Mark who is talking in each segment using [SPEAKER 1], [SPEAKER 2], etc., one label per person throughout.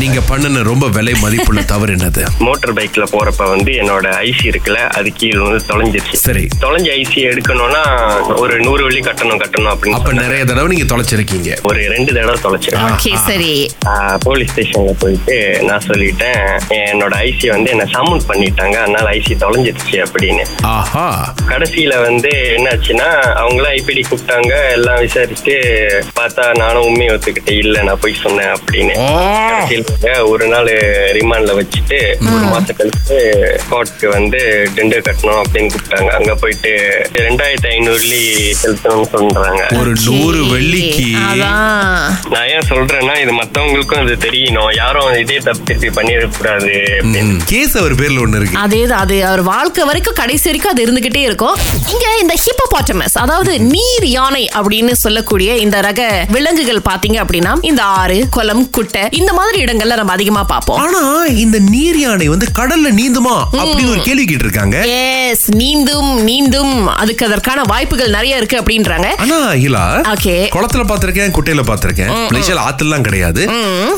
[SPEAKER 1] நீங்க பண்ணன ரொம்ப விலை மதிப்புள்ள தவறு என்னது
[SPEAKER 2] மோட்டார் பைக்ல போறப்ப வந்து என்னோட ஐசி இருக்குல்ல அது கீழே வந்து தொலைஞ்சிருச்சு
[SPEAKER 1] சரி
[SPEAKER 2] தொலைஞ்ச ஐசி எடுக்கணும்னா ஒரு நூறு வழி கட்டணம் கட்டணும் அப்படின்னு
[SPEAKER 1] அப்ப நிறைய தடவை நீங்க தொலைச்சிருக்கீங்க
[SPEAKER 2] சொன்னாங்க. ஒரு ரெண்டு தடவை தொலைச்சிருக்கேன்
[SPEAKER 3] ஓகே சரி
[SPEAKER 2] போலீஸ் ஸ்டேஷன்ல போயிட்டு நான் சொல்லிட்டேன் என்னோட ஐசி வந்து என்ன சமன் பண்ணிட்டாங்க அதனால ஐசி தொலைஞ்சிருச்சு அப்படின்னு
[SPEAKER 1] ஆஹா
[SPEAKER 2] கடைசியில வந்து என்னாச்சுன்னா அவங்களாம் ஐபிடி கூப்பிட்டாங்க எல்லாம் விசாரிச்சு பார்த்தா நானும் உண்மையை ஒத்துக்கிட்டேன் இல்ல நான் போய் சொன்னேன் அப்படின்னு
[SPEAKER 1] ஓ
[SPEAKER 2] கடைசியில ஒரு நாள் ரிமாண்ட்ல வச்சுட்டு ஒரு மாசம் கழிச்சு கோர்ட்டுக்கு வந்து டெண்டர் கட்டணும் அப்படின்னு கூப்பிட்டாங்க அங்க போயிட்டு ரெண்டாயிரத்தி ஐநூறுலி செலுத்தணும்னு சொல்றாங்க
[SPEAKER 1] ஒரு நூறு வெள்ளிக்கு
[SPEAKER 3] அதான்
[SPEAKER 2] நான் ஏன் சொல்றேன்னா இது மத்தவங்களுக்கும் இது தெரியணும் யாரும் இதே தப்பு திருப்பி பண்ணிடக்கூடாது
[SPEAKER 1] கேஸ் அவர் பேர்ல ஒண்ணு இருக்கு
[SPEAKER 3] அதேதான் அது அவர் வாழ்க்கை வரைக்கும் கடைசி வரைக்கும் அது இருந்துகிட்டே இருக்கும் இங்க இந்த ஹிப்போபாட்டமஸ் அதாவது நீர் யானை அப்படின்னு சொல்லக்கூடிய இந்த ரக விலங்குகள் பாத்தீங்க அப்படின்னா இந்த ஆறு குளம் குட்டை இந்த மாதிரி இடங்கள்ல நம்ம அதிகமா பார்ப்போம்
[SPEAKER 1] ஆனா இந்த நீர் யானை வந்து கடல்ல நீந்துமா அப்படின்னு ஒரு கேள்வி கேட்டு இருக்காங்க
[SPEAKER 3] எஸ் நீந்தும் நீந்தும் அதுக்கு அதற்கான வாய்ப்புகள் நிறைய இருக்கு அப்படின்றாங்க
[SPEAKER 1] ஆனா ஹிலா
[SPEAKER 3] Okay.
[SPEAKER 1] குளத்துல பாத்திருக்கேன் குட்டையில பாத்திருக்கேன் மலேசியால ஆத்துலாம் கிடையாது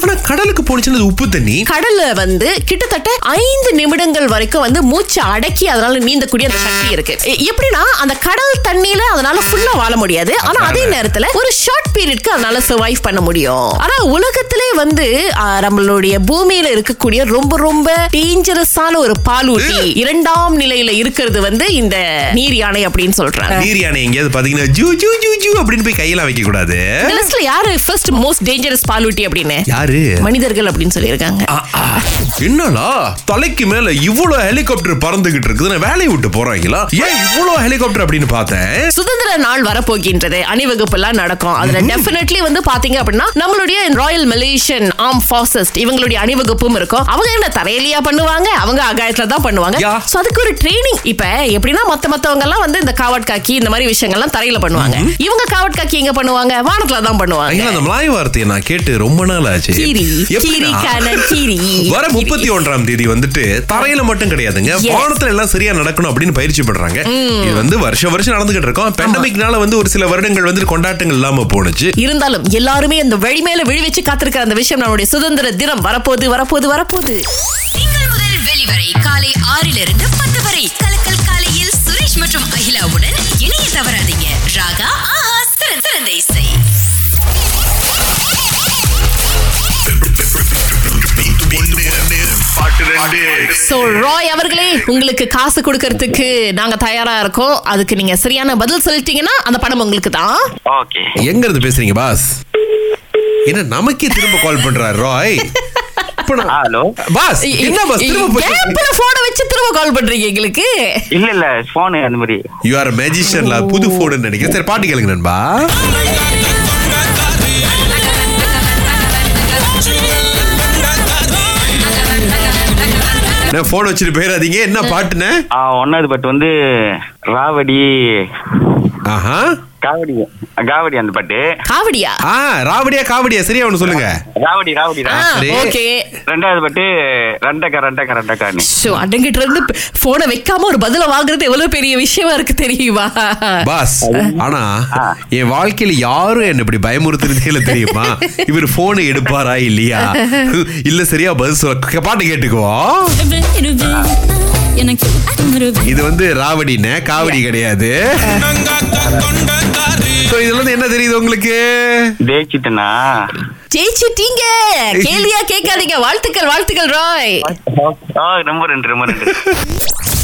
[SPEAKER 1] ஆனா கடலுக்கு போனுச்சுன்னா அது உப்பு தண்ணி
[SPEAKER 3] கடல்ல வந்து கிட்டத்தட்ட ஐந்து நிமிடங்கள் வரைக்கும் வந்து மூச்சு அடக்கி அதனால நீந்தக்கூடிய அந்த சக்தி இருக்கு எ- எப்படின்னா அந்த கடல் தண்ணியில அதனால ஃபுல்லா வாழ முடியாது ஆனா அதே நேரத்துல ஒரு ஷார்ட் பீரியட்க்கு அதனால சர்வைவ் பண்ண முடியும் ஆனா உலகத்திலே வந்து ஆ, நம்மளுடைய பூமியில இருக்கக்கூடிய ரொம்ப ரொம்ப டேஞ்சரஸான ஒரு பாலூட்டி இரண்டாம் நிலையில இருக்கிறது வந்து இந்த நீர் யானை அப்படின்னு சொல்றாங்க
[SPEAKER 1] நீர் யானை எங்கேயாவது பாத்தீங்கன்னா ஜூ ஜூ ஜூ ஜூ அப்படின்னு போய் கையெல்லாம் வைக்க கூடாது
[SPEAKER 3] இந்த லிஸ்ட்ல யாரு ஃபர்ஸ்ட் மோஸ்ட் டேஞ்சரஸ் பாலூட்டி அப்படின்னு
[SPEAKER 1] யாரு
[SPEAKER 3] மனிதர்கள் அப்படின்னு சொல்லியிருக்காங்க
[SPEAKER 1] ஆ, ஆ. என்னடா தலைக்கு மேல இவ்ளோ ஹெலிகாப்டர் பறந்துகிட்டு இருக்குது நான் வேலையை விட்டு போறாங்களா ஏன் இவ்ளோ ஹெலிகாப்டர் அப்படின்னு பார்த்தேன்
[SPEAKER 3] சுதந்திர நாள் வரப்போகின்றது அணிவகுப்பு எல்லாம் நடக்கும் அதுல டெஃபினெட்லி வந்து பாத்தீங்க அப்படின்னா நம்மளுடைய ராயல் மலேசியன் ஆர்ம் forces இவங்களுடைய அணிவகுப்பும் இருக்கும் அவங்க என்ன தரையிலயா பண்ணுவாங்க அவங்க அகாயத்துல தான் பண்ணுவாங்க
[SPEAKER 1] யா.
[SPEAKER 3] சோ அதுக்கு ஒரு ட்ரைனிங் இப்ப எப்படின்னா மத்த மத்தவங்க எல்லாம் வந்து இந்த காவட் காக்கி இந்த மாதிரி விஷயங்கள்லாம் தரையில பண்ணுவாங்க இவங்க காவட் காக்கி எங்க பண்ணுவாங்க வானத்துல தான் பண்ணுவாங்க
[SPEAKER 1] ஐயா, அந்த மலாய் வார்த்தையை நான் கேட்டு ரொம்ப நாள் ஆச்சு
[SPEAKER 3] கீரி கீரி
[SPEAKER 1] எப்படின்னா,
[SPEAKER 3] காணல் கீரி
[SPEAKER 1] வர முப்பத்தி ஒன்றாம் தேதி வந்துட்டு தரையில மட்டும் கிடையாதுங்க
[SPEAKER 3] Yes.
[SPEAKER 1] வானத்துல எல்லாம் சரியா நடக்கணும் அப்படின்னு பயிற்சி பண்றாங்க இது வந்து வருஷம் வருஷம் நடந்துகிட்டு இருக்கோம் பெண்டமிக்னால வந்து ஒரு சில வருடங்கள் வந்து கொண்டாட்டங்கள் இல்லாம போனுச்சு
[SPEAKER 3] இருந்தாலும் எல்லாருமே அந்த வழி மேல விழி வச்சு காத்திருக்கிற அந்த விஷயம் நம்மளுடைய சுதந்திர தினம் வரப்போது வரப்போது வரப்போது
[SPEAKER 4] திங்கள் முதல் வெளிவரை காலை ஆறிலிருந்து பத்து வரை கலக்கல் காலையில் சுரேஷ் மற்றும் அகிலாவுடன் இணைய தவறாதீங்க ராகா ஆஹா சிறந்த சிறந்த இசை
[SPEAKER 3] சோ ராய் அவர்களே உங்களுக்கு காசு கொடுக்கறதுக்கு நாங்க தயாரா இருக்கோம் அதுக்கு நீங்க சரியான பதில் சொல்லிட்டீங்கன்னா அந்த பணம் உங்களுக்கு தான்
[SPEAKER 2] ஓகே
[SPEAKER 1] எங்க இருந்து பேசுறீங்க பாஸ் என்ன நமக்கே திரும்ப கால் பண்றாரு ராய் இப்ப நான்-
[SPEAKER 2] ஹலோ
[SPEAKER 1] பாஸ் என்ன பாஸ் திரும்ப
[SPEAKER 3] கேப்ல போனை வச்சு திரும்ப கால் பண்றீங்க எங்களுக்கு
[SPEAKER 2] இல்ல இல்ல போனு அந்த மாதிரி
[SPEAKER 1] யூ ஆர் மேஜிஷியன்ல புது போன் நினைக்கிறேன் சரி பாட்டு கேளுங்க நண்பா என்ன போன் வச்சுட்டு போயிடாதீங்க என்ன பாட்டுன்னு
[SPEAKER 5] ஆ, ஒன்னாவது பாட்டு வந்து ராவடி
[SPEAKER 1] ஆஹா
[SPEAKER 5] காவடி காவடி அந்த பாட்டு
[SPEAKER 3] காவடியா
[SPEAKER 1] ஆ ராவடியா காவடியா சரியா ஒண்ணு சொல்லுங்க
[SPEAKER 5] ராவடி ராவடி
[SPEAKER 3] ஆ,
[SPEAKER 5] ராவடி.
[SPEAKER 1] சரி.
[SPEAKER 3] ஓகே
[SPEAKER 5] ரெண்டாவது பாட்டு ரெண்டக்கா ரெண்டக்கா ரெண்டக்கான்னு
[SPEAKER 3] ஷோ அடங்கிட்டு இருந்து போனை வைக்காம ஒரு பதில வாங்குறது எவ்வளவு பெரிய விஷயமா இருக்கு தெரியுமா
[SPEAKER 1] பாஸ் ஆனா
[SPEAKER 5] ஆ.
[SPEAKER 1] என் வாழ்க்கையில யாரும் என்ன இப்படி பயமுறுத்துறதே இல்ல தெரியுமா இவர் போனை எடுப்பாரா இல்லையா இல்ல சரியா பதில் சொல்ல பாட்டு கேட்டுக்குவோம் இது வந்து ராவடினே காவடி கிடையாது So, இதுல இருந்து என்ன தெரியுது உங்களுக்கு
[SPEAKER 5] ஜெயிச்சிட்டனா
[SPEAKER 3] ஜெயிச்சிட்டீங்க கேள்வியா கேட்காதீங்க வாழ்த்துக்கள் வாழ்த்துக்கள் ராய்
[SPEAKER 5] ஆ, ரொம்ப ரெண்டு ரொம்ப ரெண்டு